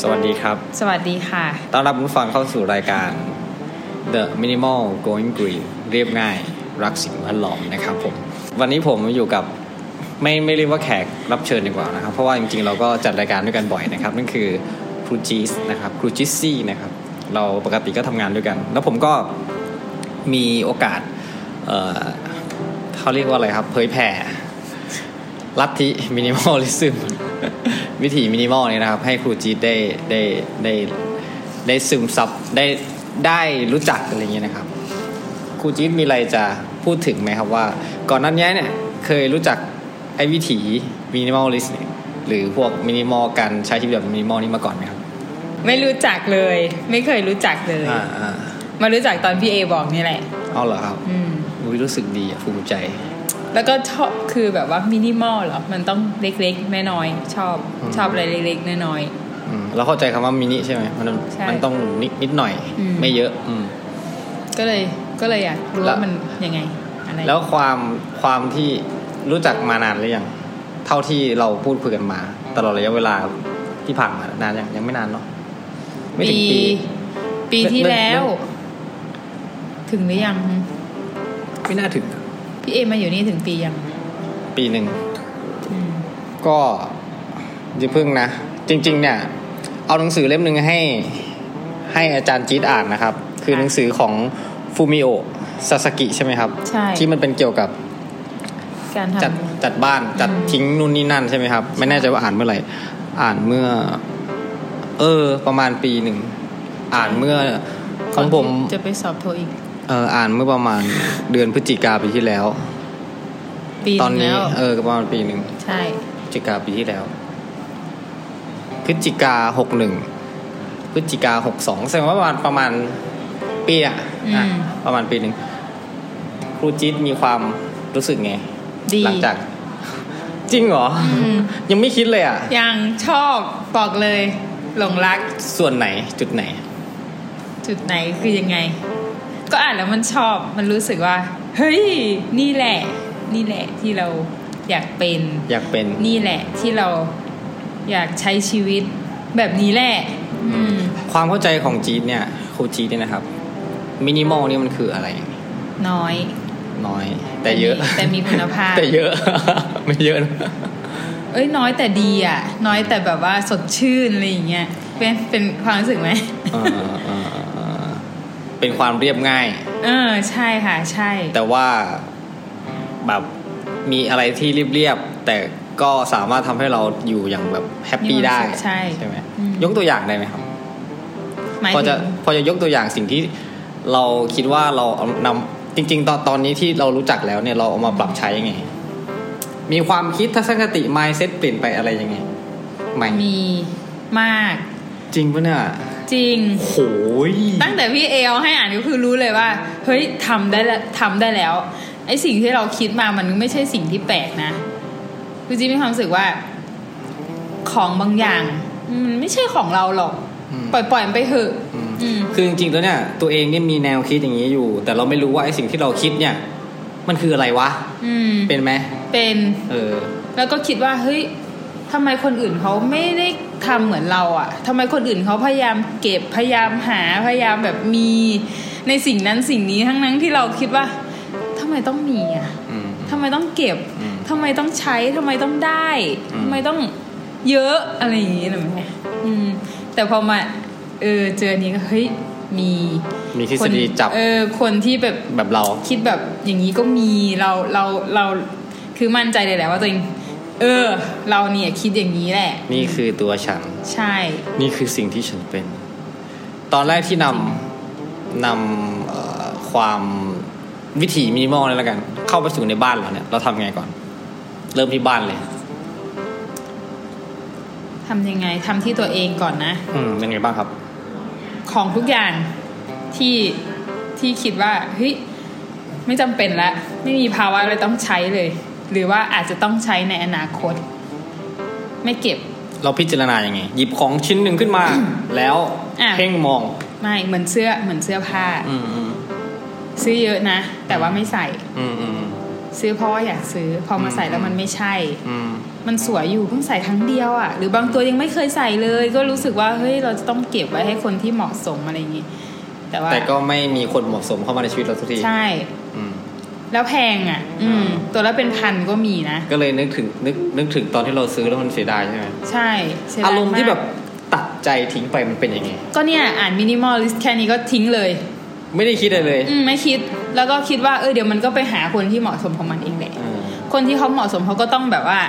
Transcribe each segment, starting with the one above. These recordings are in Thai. สวัสดีครับ สวัสดีค่ะ ต้อนรับคุณผู้ฟังเข้าสู่รายการ The Minimal Going Green เรียบง่าย รักสิ่งแวดล้อมนะครับผม วันนี้ผมอยู่กับไม่ไม่เรียกว่าแขกรับเชิญดีกว่านะครับ เพราะว่าจริงๆ เราก็จัดรายการด้วยกันบ่อยนะครับ นั่นคือครูจีสนะครับครูจิสซี่นะครับ เราปกติก็ทำงานด้วยกัน แล้วผมก็มีโอกาส เอ่อเขาเรียกว่าอะไรครับ เผยแผ่ ลัทธิมินิมอลลิซึม วิถีมินิมอลเนี่ยนะครับ ให้ครูจีดได้ได้ได้ได้ซึมซับได้ได้รู้จักอะไรอย่างเงี้ยนะครับครูจีดมีอะไรจะพูดถึงไหมครับว่า ก่อนหนั้นนี้เนี่ยเคยรู้จักไอ้วิถีมินิมอลลิสเนี่ยหรือพวกมินิมอลการใช้ชีวิตแบบมินิมอลนี้มาก่อนไหมครับ ไม่รู้จักเลย ไม่เคยรู้จักเลย อ่าอ่า มารู้จักตอนพี่เอบอกนี่แหละ เอาเหรอครับ อืม อุ๊ยรู้สึกดีอะภูมิใจ แล้วก็ชอบคือแบบว่ามินิมอลเหรอ มันต้องเล็กๆน้อยๆชอบ อืม ชอบอะไรเล็กๆน้อย อืมเราเข้าใจคำว่ามินิใช่ไหมมัน ใช่ มันต้องนิดนิดหน่อย อืม ไม่เยอะอืม ๆก็เลยก็เลยอยากรู้ แล้ว ว่ามันยังไงอะไร แล้วความความที่รู้จักมานานหรือยังเท่าที่เราพูดคุยกันมา ตลอดระยะเวลาที่ผ่านมานานยังยังไม่นานเนาะไม่ถึงปี ปีที่ ไม่ไม่ แล้ว ถึงหรือยัง ไม่น่าถึง พี่เอมาอยู่นี่ถึงปียัง ปีหนึ่ง อืม ก็อย่าเพิ่งนะ จริง ๆ เนี่ย เอาหนังสือเล่มหนึ่งให้ให้อาจารย์จี๊ดอ่านนะครับ คือหนังสือของฟูมิโอซาสกิใช่ไหมครับ ใช่ ที่มันเป็นเกี่ยวกับ การ จัด ทำ จัดบ้านจัด อืม ทิ้งนู่นนี่นั่นใช่ไหมครับ ไม่แน่ใจว่าอ่านเมื่อไหร่ อ่านเมื่อ เออ ประมาณปีหนึ่ง อ่านเมื่อของผม ก่นที่จะไปสอบโทอีก เอออ่านเมื่อประมาณ เดือนพฤศจิกาปีที่แล้ว ปี ตอน หง นี้ แล้ว เออก็ประมาณปีหนึ่ง ใช่ พฤศจิกาปีที่แล้วพฤศจิกาหกหนึ่งพฤศจิกาหกสองแสดงว่าประมาณประมาณปีอะอ่ะประมาณปีหนึ่งครูจิตมีความรู้สึกไง ดี หลังจาก จริงเหรอ อืม ยังไม่คิดเลยอ่ะ ยังชอบบอกเลยหลงรัก ส่วนไหนจุดไหน จุดไหนคือยังไง ก็อ่านแล้วมันชอบมันรู้สึกว่า เฮ้ย นี่แหละ นี่แหละที่เราอยากเป็น อยากเป็น นี่แหละที่เราอยากใช้ชีวิตแบบนี้แหละ อืม ความเข้าใจของจีดเนี่ยครูจีดเนี่ยนะครับ มินิมอลนี่มันคืออะไร น้อย น้อย แต่เยอะ แต่มีคุณภาพ แต่เยอะ ไม่เยอะ นะ เอ้ยน้อยแต่ดีอ่ะ น้อยแต่แบบว่าสดชื่นอะไรอย่างเงี้ยเป็นเป็นความรู้สึกไหม เออเออเออเป็นความเรียบง่าย เออใช่ค่ะ ใช่ แต่ว่าแบบมีอะไรที่เรียบเรียบแต่ก็สามารถทำให้เราอยู่อย่างแบบแฮปปี้ มีความ ได้ สุขใช่ ไหม อืม ยกตัวอย่างได้ไหมครับ หมาย พอ ถึ จะ ง พอจะยกตัวอย่างสิ่งที่เราคิดว่าเราเอานำจริง ๆ ตอนตอนนี้ที่เรารู้จักแล้วเนี่ยเราเอามาปรับใช้ยังไง มีความคิดทัศนคติ mindset เปลี่ยนไปอะไรยังไงไหม มีมาก จริงปะเนี่ย จริง โหย ตั้งแต่พี่เอลให้อ่านก็คือรู้เลยว่า เฮ้ยทำได้แล้วทำได้แล้วไอสิ่งที่เราคิดมามันไม่ใช่สิ่งที่แปลกนะคือจีมีความรู้สึกว่า ของบางอย่างมันไม่ใช่ของเราหรอก อืม ปล่อยปล่อยมันไปเถอะอืม คือจริงๆแล้วเนี่ยตัวเองเนี่ยมีแนวคิดอย่างนี้อยู่ แต่เราไม่รู้ว่าไอ้สิ่งที่เราคิดเนี่ย มันคืออะไรวะ อืม เป็นไหม เป็น เออ แล้วก็คิดว่าเฮ้ยทำไมคนอื่นเขาไม่ได้ทำเหมือนเราอะทำไมคนอื่นเขาพยายามเก็บพยายามหาพยายามแบบมี ในสิ่งนั้นสิ่งนี้ทั้งนั้นที่เราคิดว่าทำไมต้องมีอะ อืม ทำไมต้องเก็บ อืม ทำไมต้องใช้ ทำไมต้องได้ อืม ทำไมต้องเยอะอะไรอย่างงี้หน่อยไหมอืม แต่พอมา เออ เจออันนี้ก็เฮ้ย มี มีทฤ ค ษ น ฎีจับ เออ คนที่แบบ แบบเรา คิดแบบอย่างนี้ก็มี เรา เรา เรา คือมั่นใจเลยแหละว่าตัวเอง เออ เราเนี่ยคิดอย่างนี้แหละ นี่คือตัวฉัน ใช่ นี่คือสิ่งที่ฉันเป็น ตอนแรกที่นำนำเอ่อความวิถีมินิมอลเลยแล้วกัน เข้าไปสู่ในบ้านเราเนี่ย เราทำไงก่อน เริ่มที่บ้านเลย ทำยังไง ทำที่ตัวเองก่อนนะ อืมเป็นไงบ้างครับ ของทุกอย่างที่ที่คิดว่าเฮ้ยไม่จำเป็นละไม่มีภาวะอะไรต้องใช้เลย หรือว่าอาจจะต้องใช้ในอนาคต ไม่เก็บ เราพิจารณาอย่างไง หยิบของชิ้นหนึ่งขึ้นมา แล้ว อ่ะ เพ่งมอง ไม่เหมือนเสื้อเหมือนเสื้อผ้า อืมอืม ซื้อเยอะนะ แต่ว่าไม่ใส่ อืมอืม ซื้อเพราะว่าอยากซื้อ พอมาใส่แล้วมันไม่ใช่ อืม มันสวยอยู่เพิ่งใส่ครั้งเดียวอะ่ะ หรือบางตัวยังไม่เคยใส่เลย ก็รู้สึกว่าเฮ้ยเราจะต้องเก็บไว้ให้คนที่เหมาะสมอะไรอย่างงี้แต่ว่า แต่ก็ไม่มีคนเหมาะสมเข้ามาในชีวิตเราสักที ใช่ อืม แล้วแพงอะ่ะ อืม ตัวละเป็นพันก็มีนะ ก็เลยนึกถึงนึกนึกถึงตอนที่เราซื้อแล้วมันเสียดายใช่ไหม ใช่เสียดย อารมณ์ที่แบบ ก ตัดใจทิ้งไปมันเป็นยังไง ก็เนี่ยอ่านมินิมอลลิสต์แค่นี้ก็ทิ้งเลย ไม่ได้คิดอะไรเลย อืมไม่คิดแล้วก็คิดว่าเออเดี๋ยวมันก็ไปหาคนที่เหมาะสมของมันเองแหละ อืม คนที่เขาเหมาะสมเขาก็ต้องแบบว่า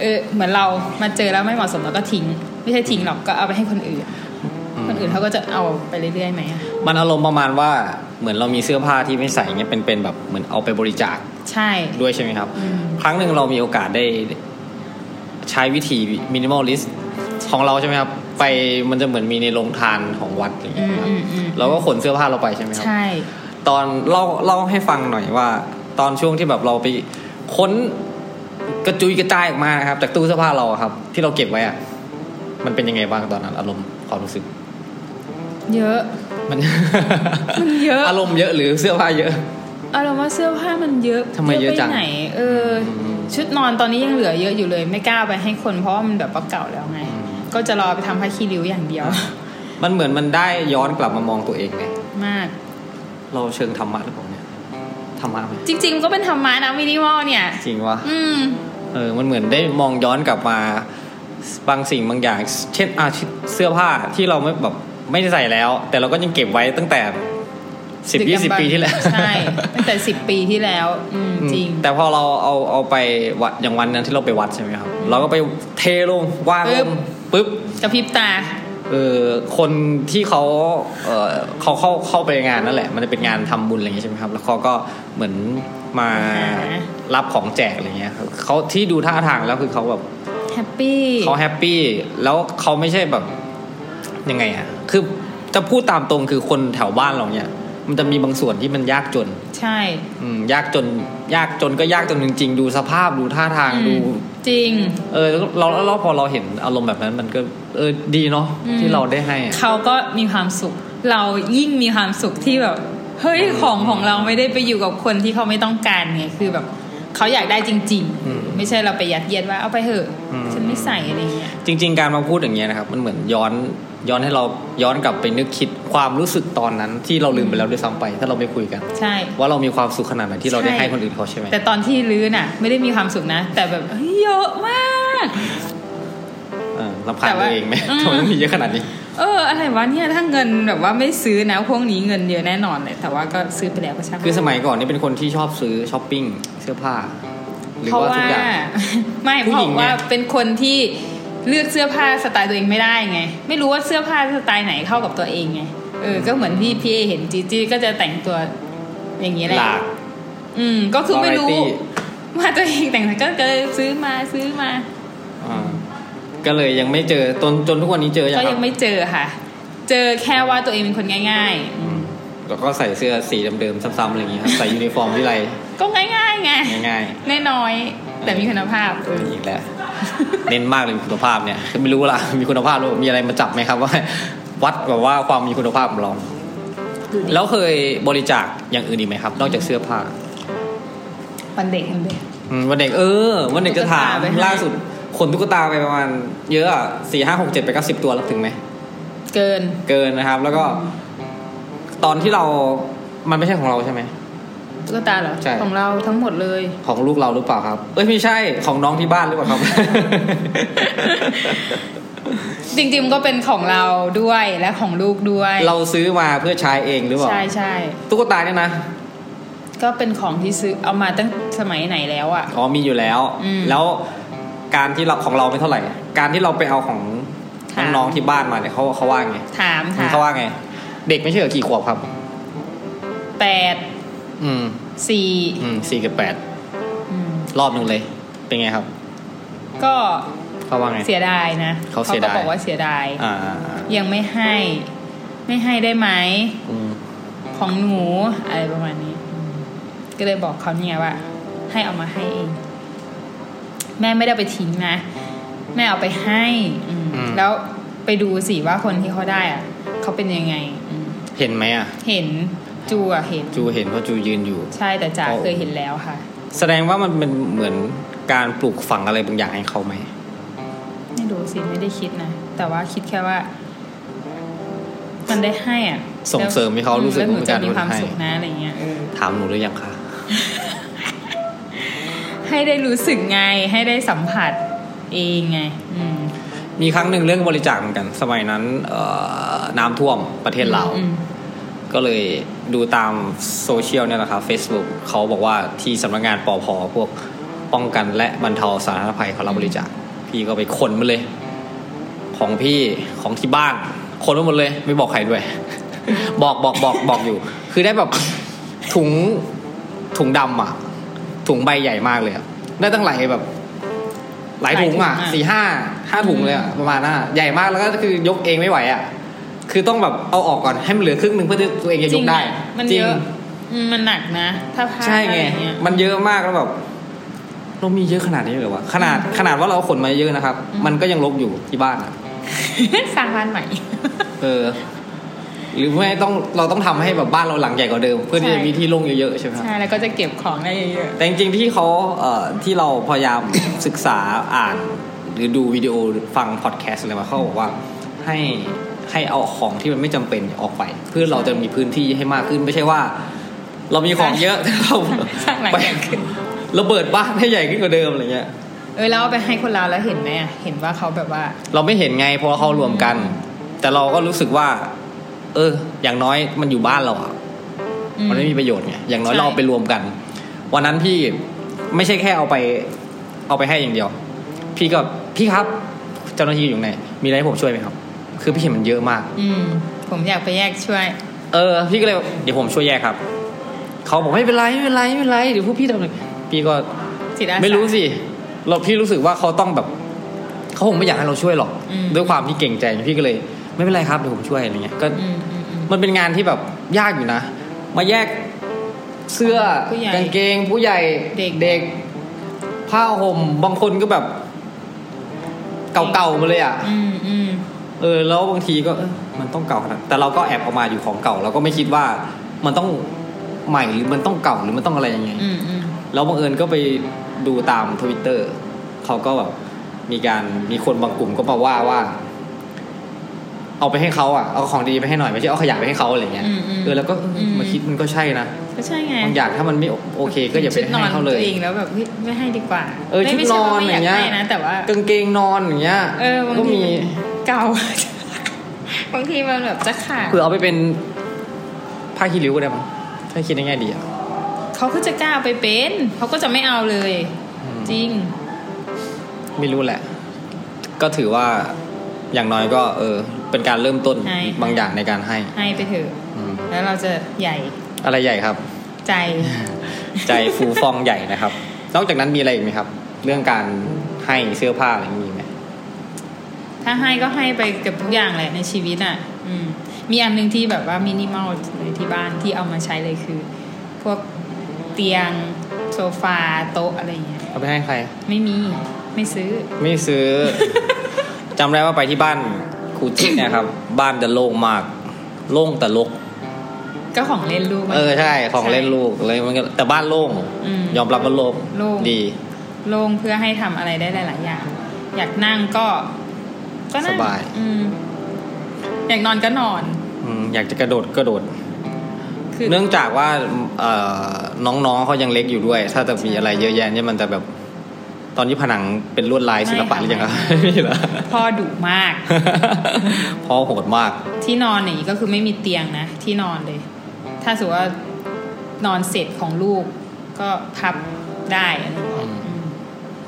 เออเหมือนเรามาเจอแล้วไม่เหมาะสมเราก็ทิ้ง ไม่ใช่ทิ้งหรอกก็เอาไปให้คนอื่น คนอื่นเขาก็จะเอาไปเรื่อยๆไหมอะ มันอารมณ์ประมาณว่าเหมือนเรามีเสื้อผ้าที่ไม่ใส่เงี้ยเป็นเป็นแบบเหมือนเอาไปบริจาค ใช่ ด้วยใช่ไหมครับ อืม ครั้งหนึ่งเรามีโอกาสได้ใช้วิธีมินิมอลลิสต์ของเราใช่ไหมครับ ไปมันจะเหมือนมีในโรงทานของวัดอย่าง อื เงี้ย ม ครับ อืมอืม เราก็ขนเสื้อผ้าเราไปใช่ไหมครับ ใช่ ตอนเล่าเล่าให้ฟังหน่อยว่า ตอนช่วงที่แบบเราไปค้นกระจุยกระจายออกมานะครับจากตู้เสื้อผ้าเราอะครับ ที่เราเก็บไว้อะมันเป็นยังไงบ้างตอนนั้น อารมณ์ความรู้สึก เยอะ มัน มันเยอะ อารมณ์เยอะหรือเสื้อผ้าเยอะ เอาเราว่าเสื้อผ้ามันเยอะ ทำไมเยอะจัง ไปไหนเอออ ม ชุดนอนตอนนี้ยังเหลือเยอะอยู่เลย ไม่กล้าเอาไปให้คนเพราะว่ามันแบบว่าเก่าแล้วไง อืม ก็จะรอไปทำผ้าขี้ริ้วอย่างเดียว มันเหมือนมันได้ย้อนกลับมามองตัวเองไง มาก เราเชิงธรรมะหรือเปล่าเนี่ยธรรมะไหม จริงๆมันก็เป็นธรรมะนะมินิมอลเนี่ย จริงวะ อืม เออมันเหมือนได้มองย้อนกลับมาบางสิ่งบางอย่าง เช่นอาเสื้อผ้าที่เราไม่แบบไม่ได้ใส่แล้ว แต่เราก็ยังเก็บไว้ตั้งแต่สิบยี่สิบปีที่แล้ว ใช่ตั้งแต่สิบปีที่แล้วอืมจริง แต่พอเราเอาเอาไปวัดอย่างวันนั้นที่เราไปวัดใช่ไหมครับ เราก็ไปเทลงวางลงปุ๊บ กระพริบตา เออคนที่เขาเออเขาเข้าเข้าไปงานนั่นแหละ มันจะเป็นงานทำบุญอะไรอย่างเงี้ยใช่ไหมครับ แล้วเขาก็เหมือนมา อ่า รับของแจกอะไรเงี้ยครับเขาที่ดูท่าทางแล้วคือเขาแบบ แฮปปี้ เขาแฮปปี้แล้วเขาไม่ใช่แบบยังไงอะคือจะพูดตามตรงคือคนแถวบ้านเราเนี่ย มันจะมีบางส่วนที่มันยากจน ใช่ อืมยากจนยากจนก็ยากจนจริง ๆ ดูสภาพดูท่าทาง อืม ดู จริง เออแล้วเราแล้วเราพอเราเห็นอารมณ์แบบนั้นมันก็เออดีเนาะ อืม ที่เราได้ให้อะ เขาก็มีความสุข เรายิ่งมีความสุขที่แบบ เฮ้ยของของเราไม่ได้ไปอยู่กับคนที่เขาไม่ต้องการไงคือแบบเขาอยากได้จริง ๆ ไม่ใช่เราไปยัดเยียดว่าเอาไปเถอะฉันไม่ใส่อะไรเงี้ย จริง ๆ การมาพูดอย่างเงี้ยนะครับมันเหมือนย้อนย้อนให้เราย้อนกลับไปนึกคิดความรู้สึกตอนนั้น ที่เราลืมไปแล้วด้วยซ้ำไป ถ้าเราไม่คุยกัน ใช่ ว่าเรามีความสุขขนาดไหนที่เราได้ ใช่ ให้คนอื่นเขาใช่ไหม แต่ตอนที่ลื้อน่ะ ไม่ได้มีความสุขนะ แต่แบบเฮ้ยเยอะมาก เออรำคาญ แต่ว่า ตัวเองไหม อืม ทำไมต้องมีเยอะขนาดนี้ เอออะไรวะเนี่ยถ้าเงินแบบว่าไม่ซื้อนะพวกนี้เงินเยอะแน่นอนเลยแต่ว่าก็ซื้อไปแล้วก็ช่าง คือสมัยก่อนนี่เป็นคนที่ชอบซื้อช้อปปิ้งเสื้อผ้า หรือ เพราะ ว่า ว่า ทุกอย่าง ไม่ ผู้ เพ หญิงราะเนี่ย ว่าเป็นคนที่เลือกเสื้อผ้าสไตล์ตัวเองไม่ได้ไง ไม่รู้ว่าเสื้อผ้าสไตล์ไหนเข้ากับตัวเองไงเออก็เหมือนที่พี่เอเห็นจีจีก็จะแต่งตัวอย่างนี้แหละ หลาก อืมก็คือไม่รู้ Variety ว่าตัวเองแต่งแต่ก็เลยซื้อมาซื้อมา อ่าก็เลยยังไม่เจอจนจนทุกวันนี้เจอยังคก็รั ยั บ งไม่เจอค่ะ เจอแค่ว่าตัวเองเป็นคนง่าย ๆ อืม แล้วก็ใส่เสื้อสีเดิมๆซ้ำๆอะไรอย่างเงี้ยครับ ใส่ยูนิฟอร์มที่ไร ก็ง่ายๆไง ง่าย น้อยๆแต่มีคุณภาพเออ ๆอีกแล้ว เน้นมากเลยคุณภาพเนี่ยคือไม่รู้ละมีคุณภาพหรือมีอะไรมาจับไหมครับว่า วัดแบบว่าความมีคุณภาพของเรา ดูดิ แล้วเคยบริจาคอย่างอื่นอีกไหมครับ นอกจากเสื้อผ้า วันเด็กวันเด็ก อืมวันเด็กเออวันเด็กจะถาม ตุ๊กตาไปให้ ล่าสุดขนตุ๊กตาไปประมาณ เยอะอะสี่ห้าหกเจ็ดไปดเก้าสิบตัวแล้วถึงไหม เกิน เกินนะครับ แล้วก็ ตอนที่เรามันไม่ใช่ของเราใช่ไหม ตุ๊กตาเหรอ ใช่ ของเราทั้งหมดเลย ของลูกเราหรือเปล่าครับ เอ้ยไม่ใช่ของน้องที่บ้านหรือเป ล่าครับ จริงๆก็เป็นของเราด้วยและของลูกด้วย เราซื้อมาเพื่อใช้เองหรือเปล่า ใช่ใช่ ตุ๊กตาเนี่ยนะ ก็เป็นของที่ซื้อเอามาตั้งสมัยไหนแล้วอะ อ๋อมีอยู่แล้ว อืม แล้วการที่เราของเราไม่เท่าไหร่ การที่เราไปเอาของ ค่ะ น้องๆที่บ้านมาเนี่ยเขาเขาว่าไง ถามค่ะ เขาว่าไง เด็กไม่ใช่เหรอกี่ขวบครับ แปด อืม สี่ อืมสี่กับแปด อืม รอบหนึ่งเลย เป็นไงครับ ก็ เขาว่าไง เสียดายนะ เขาเสียดาย ก็บอกว่าเสียดาย อ่า ยังไม่ให้ ไม่ให้ได้ไหม อืม ของหนูอะไรประมาณนี้ ก็เลยบอกเขาเนี่ยว่า ให้เอามาให้เอง แม่ไม่ได้เอาไปทิ้งนะ แม่เอาไปให้ อืมแล้วไปดูสิว่าคนที่เขาได้อะเขาเป็นยังไงอืม เห็นไหมอ่ะ เห็นจูอะเห็น จูเห็นเพราะจูยืนอยู่ ใช่แต่จ๋าเคยเห็นแล้วค่ะ แสดงว่ามันเป็นเหมือน การปลูกฝังอะไรบางอย่างให้เขาไหม ไม่รู้สิไม่ได้คิดนะ แต่ว่าคิดแค่ว่า มันได้ให้อ่ะ ส่งเสริมให้เขารู้สึก แล้วหนู ว่า จะ การ มีความ ให้ สุขนะอะไรเงี้ยเออ ถามหนูหรือยังคะ ให้ได้รู้สึกไง ให้ได้สัมผัสเองไง อืม มีครั้งหนึ่งเรื่องบริจาคเหมือนกัน สมัยนั้นเอ่อน้ำท่วมประเทศเรา อืม ก็เลยดูตามโซเชียลเนี่ยแหละครับ Facebook เขาบอกว่าที่สำนักงานปอพพวกป้องกันและบรรเทาสาธารณภัยเขารับบริจาคพี่ก็ไปคนมาเลย ของพี่ของที่บ้าน คนมาหมดเลย ไม่บอกใครด้วย บอกบอกบอกบอกอยู่ คือได้แบบถุงถุงดำอ่ะ ถุงใบใหญ่มากเลยอะได้ตั้งหลายแบบ หลายถุงอ่ะ หลายถุงอะ สี่ห้าห้าถุงเลยอ่ะประมาณน่ะใหญ่มากแล้วก็คือยกเองไม่ไหวอ่ะ คือต้องแบบเอาออกก่อนให้มันเหลือครึ่งหนึ่งเพื่อที่ตัวเองจะยกได้ จริงอะมันเยอะอืมมันหนักนะ ถ้าพลาด ใช่ อะ ไง ไรเงี้ย มันเยอะมากแล้วแบบเรามีเยอะขนาดนี้เลยวะขนาดขนาดว่าเราขนมาเยอะนะครับ อืม มันก็ยังลกอยู่ที่บ้านอะ สร้างบ้านใหม่ เออ หรือไม่ต้องเราต้องทำให้แบบบ้านเราหลังใหญ่กว่าเดิม เพื่อที่จะมีที่โล่งเยอะๆใช่ไหมครับ ใช่แล้วก็จะเก็บของได้เยอะ แต่จริงๆที่เขาเอ่อที่เราพยายาม ศึกษาอ่าน หรือดูวิดีโอหรือฟังพอดแคสต์อะไรมาเขาบอกว่าให้ให้เอาของที่มันไม่จำเป็นออกไป เพื่อเราจะมีพื้นที่ให้มากขึ้นไม่ใช่ว่า เรามีของเยอะแต่เรา ๆสร้างหลัง ไป ใหญ่ขึ้น ระเบิดบ้านให้ใหญ่ขึ้นกว่าเดิมอะไรเงี้ย เออแล้วเอาไปให้คนลาวแล้วเห็นไหมอะเห็นว่าเขาแบบว่า เราไม่เห็นไงเพราะเขารวมกัน แต่เราก็รู้สึกว่า เออ อย่างน้อยมันอยู่บ้านเราอะ อื มันไม่มีประโยชน์ไง อย่างน้อย ใช่ เราเอาไปรวมกัน วันนั้นพี่ไม่ใช่แค่เอาไป เอาไปให้อย่างเดียว พี่ก็พี่ครับ เจ้าหน้าที่อยู่ไหน มีอะไรให้ผมช่วยไหมครับ คือพี่เห็นมันเยอะมาก อืม ผมอยากไปแยกช่วย เออ พี่ก็เลยเดี๋ยวผมช่วยแยกครับ เขาบอกไม่เป็นไรไม่เป็นไรไม่เป็นไรเดี๋ยวพวกพี่ทำเลยพี่ก็ จิตอาสา ไม่รู้สิ เราพี่รู้สึกว่าเขาต้องแบบเขาคงไม่อยากให้เราช่วยหรอก อืม ด้วยความที่เก่งใจพี่ก็เลย ไม่เป็นไรครับเดี๋ยวผมช่วยอะไรเงี้ยก็ อืมอืมอืม มันเป็นงานที่แบบยากอยู่นะ มาแยกเสื้อ ผู้ใหญ่ กางเกง ผู้ใหญ่ เด็ก เด็กผ้าห่มบางคนก็แบบ เก่าๆมาเลยอ่ะ อืมอืม เออแล้วบางทีก็เออมันต้องเก่าขนาดแต่เราก็แอบเออกมาอยู่ของเก่า เราก็ไม่คิดว่ามันต้องใหม่หรือมันต้องเก่าหรือมันต้องอะไรยังไง อืมอืม แล้วบังเอิญก็ไปดูตามทวิตเตอร์เขาก็แบบมีการมีคนบางกลุ่มก็มาว่าว่า เอาไปให้เขาอ่ะเอาของดีไปให้หน่อยไม่ใช่เอาขยะไปให้เขาอะไรเงี้ย อืมอืม เออแล้วก็เออมาคิดมันก็ใช่นะ ก็ใช่ไง บางอย่างถ้ามันไม่โอเค ก็อย่าไป ชุดนอ ให้ น เขาเลย ตัวเองแล้วแบบเฮ้ยไม่ให้ดีกว่า เออ ไม่ ชุด ไม่นอนใช่ว่าไม่อยาก อย่างเงี้ย ให้นะแต่ว่า กางเกงนอนอย่างเงี้ย เออบาง ก็ ที มี เก่า บางทีมันแบบจะขาด คือเอาไปเป็นผ้าขี้ริ้วก็ได้มั้งถ้าคิดในแง่ดีอ่ะ เขาก็จะกล้าเอาไปเป็นเขาก็จะไม่เอาเลย จริง ไม่รู้แหละ ก็ถือว่าอย่างน้อยก็ เออ เป็นการเริ่มต้น ให้ บางอย่างในการให้ ให้ไปเถอะ อืม แล้วเราจะใหญ่ อะไรใหญ่ครับ ใจ ใจฟูฟองใหญ่นะครับ นอกจากนั้นมีอะไรอีกไหมครับ เรื่องการให้เสื้อผ้าอะไรอย่างนี้มีไหม ถ้าให้ก็ให้ไปเกับทุกอย่างแหละในชีวิตอ่ะ อืม มีอันหนึ่งที่แบบว่ามินิมอลเลยที่บ้านที่เอามาใช้เลยคือ พวกเตียงโซฟาโต๊ะอะไรเงี้ย เอาไปให้ใคร ไม่มี ไม่ซื้อ ไม่ซื้อ จำได้ว่าไปที่บ้านครูจิ๊กเนี่ยครับ บ้านจะโล่งมาก โล่งแต่ลก ก็ของเล่นลูกมัน เออใช่ของเล่นลูกเลยมันก็แต่บ้านโล่ง อืม ยอมรับว่าโล่ง โล่ง ดี โล่งเพื่อให้ทำอะไรได้หลาย ๆ อย่าง อยากนั่งก็ ก็นั่ง สบาย อืม อยากนอนก็นอน อืมอยากจะกระโดดกระโดด คือ เนื่องจากว่าเอ่อน้องๆเขายังเล็กอยู่ด้วย ถ้าจะมีอะไรเยอะแยะเนี่ยมันจะแบบตอนนี้ผนังเป็นลวดลายศิลปะหรือยังครับไม่เหรอ พ่อดุมาก พ่อโหดมาก ที่นอนอย่างนี้ก็คือไม่มีเตียงนะ ที่นอนเลย ถ้าสมมติว่านอนเสร็จของลูก ก็พับได้อะไรอย่างเงี้ย อืม อืม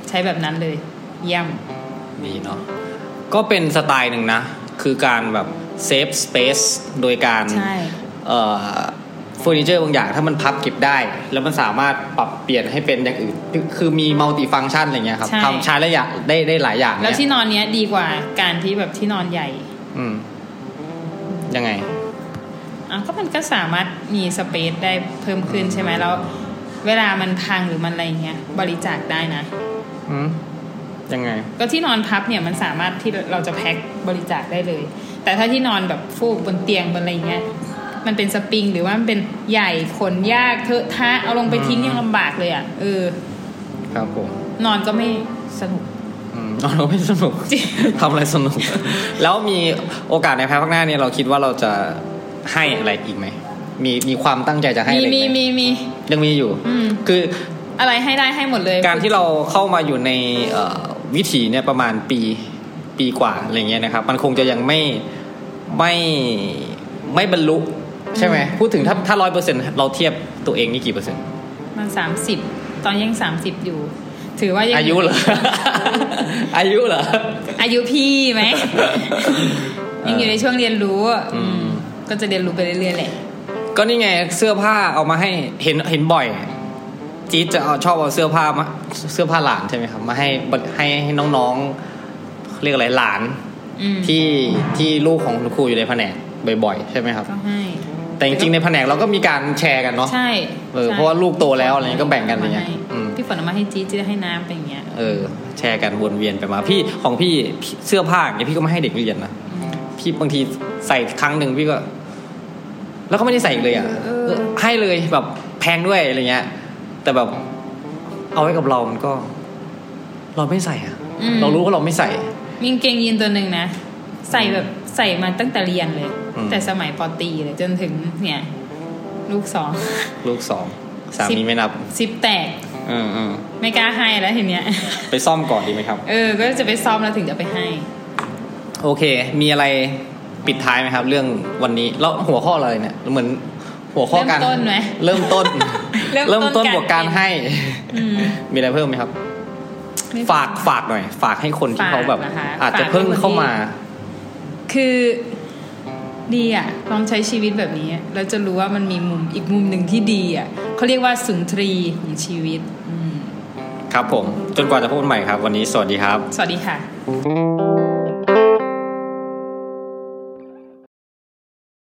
ใช้แบบนั้นเลย เยี่ยม ดีเนาะก็เป็นสไตล์หนึ่งนะ คือการแบบเซฟสเปซโดยการ ใช่ เอ่อเฟอร์นิเจอร์บางอย่างถ้ามันพับเก็บได้ แล้วมันสามารถปรับเปลี่ยนให้เป็นอย่างอื่น คือมีมัลติฟัง c t ชันอะไรเงี้ยครับ ใช่ ทำใช้ได้อย่างได้ได้หลายอย่าง แล้วที่ เนี่ย นอนเนี้ยดีกว่าการที่แบบที่นอนใหญ่ อืมยังไง อ่ะก็มันก็สามารถมีสเปซได้เพิ่มขึ้นใช่ไหมแล้ว เวลามันพังหรือมันอะไรเงี้ยบริจาคได้นะ อืมยังไง ก็ที่นอนพับเนี่ยมันสามารถที่เราจะแพ็คบริจาคได้เลย แต่ถ้าที่นอนแบบฟูกบนเตียงบนอะไรเงี้ย มันเป็นสปริงหรือว่ามันเป็นใหญ่ขนยากเทอะทะเอาลงไปทิ้งยังลำบากเลยอะ่ะเออ ครับผม นอนก็ไม่สนุก อืม เราไม่ส นุก จริง ทำอะไรสนุก แล้วมีโอกาสในภายภาคหน้าเนี่ยเราคิดว่าเราจะให้อะไรอีกไหมมีมีความตั้งใจจะให้ มี อะไรอีก มี ไหม มีมี ยังมีอยู่ อืม คือ อะไรให้ได้ให้หมดเลย การที่เราเข้ามาอยู่ในเอ่อวิถีเนี่ยประมาณปีปีกว่าอะไรเงี้ยนะครับ มันคงจะยังไม่ไม่ไม่บรรลุใช่ไหมพูดถึงถ้าถ้าร้อยเปอร์เซ็นเราเทียบตัวเองนี่กี่เปอร์เซ็นต์ มันสามสิบตอนยังสามสิบอยู่ ถือว่ายัง อายุเหรอ อายุเหรอ อายุพี่ไหม ยังอยู่ในช่วงเรียนรู้ อืม อืมก็จะเรียนรู้ไปเรื่อยๆแหละ ก็นี่ไงเสื้อผ้าเอามาให้เห็นเห็นบ่อย จี๊ดจะเอาชอบเอาเสื้อผ้ามาเสื้อผ้าหลานใช่ไหมครับมาให้ให้ให้น้องๆเขาเรียกอะไรหลาน อืม ที่ที่ลูกของคุณครูอยู่ในแผนกบ่อยๆใช่ไหมครับ ก็ให้ แต่จริงๆในแผนกเราก็มีการแชร์กันเนาะ ใช่ เออ ใช่ เพราะว่าลูกโตแล้วอะไรเงี้ยก็แบ่งกันอะไรเงี้ย มาให้ อืม พี่ฝนเอามาให้จี๊ดจะให้น้ำไปอย่างเงี้ย เออ แชร์กันวนเวียนไปมาพี่ของพี่พี่เสื้อผ้าอย่างเนี่ยพี่ก็ไม่ให้เด็กเรียนนะพี่บางทีใส่ครั้งหนึ่งพี่ก็ แล้วก็ไม่ได้ใส่อีกเลยอ่ะ เออ เออให้เลยแบบแพงด้วยอะไรเงี้ย แต่แบบเอาไว้กับเรามันก็ เราไม่ใส่อ่ะ อืม เรารู้ว่าเราไม่ใส่ มีกางเกงยีนตัวหนึ่งนะ ใส่แบบใส่มาตั้งแต่เรียนเลย อืม แต่สมัยปอตรีเลยจนถึงเนี่ย ลูกสอง ลูกสองสา สิ มี บ ไม่นับ ซิปแตก เออเออ ไม่กล้าให้แล้วทีเนี้ย ไปซ่อมก่อนดีไหมครับ เออ ก็จะไปซ้อมแล้วถึงจะไปให้ โอเค มีอะไรปิดท้ายไหมครับ เรื่องวันนี้แล้วหัวข้ออะไรเนี่ย เหมือนหัวข้อการ เริ่มต้นไหม เริ่มต้น เริ่มต้น เริ่มต้น การ บวกการ เป็น ให้ อื ม มีอะไรเพิ่มไหมครับ ไม่ ฝากฝากหน่อย ฝากให้คนที่ ฝาก เขาแบบ นะคะ อาจจะเพิ่งเข้ามา คือดีอ่ะลองใช้ชีวิตแบบนี้แล้วจะรู้ว่ามันมีมุมอีกมุมหนึ่งที่ดีอ่ะเขาเรียกว่าสุนทรีของชีวิต อืม ครับผม จนกว่าจะพบกันใหม่ครับ วันนี้สวัสดีครับ สวัสดีค่ะ Thank you.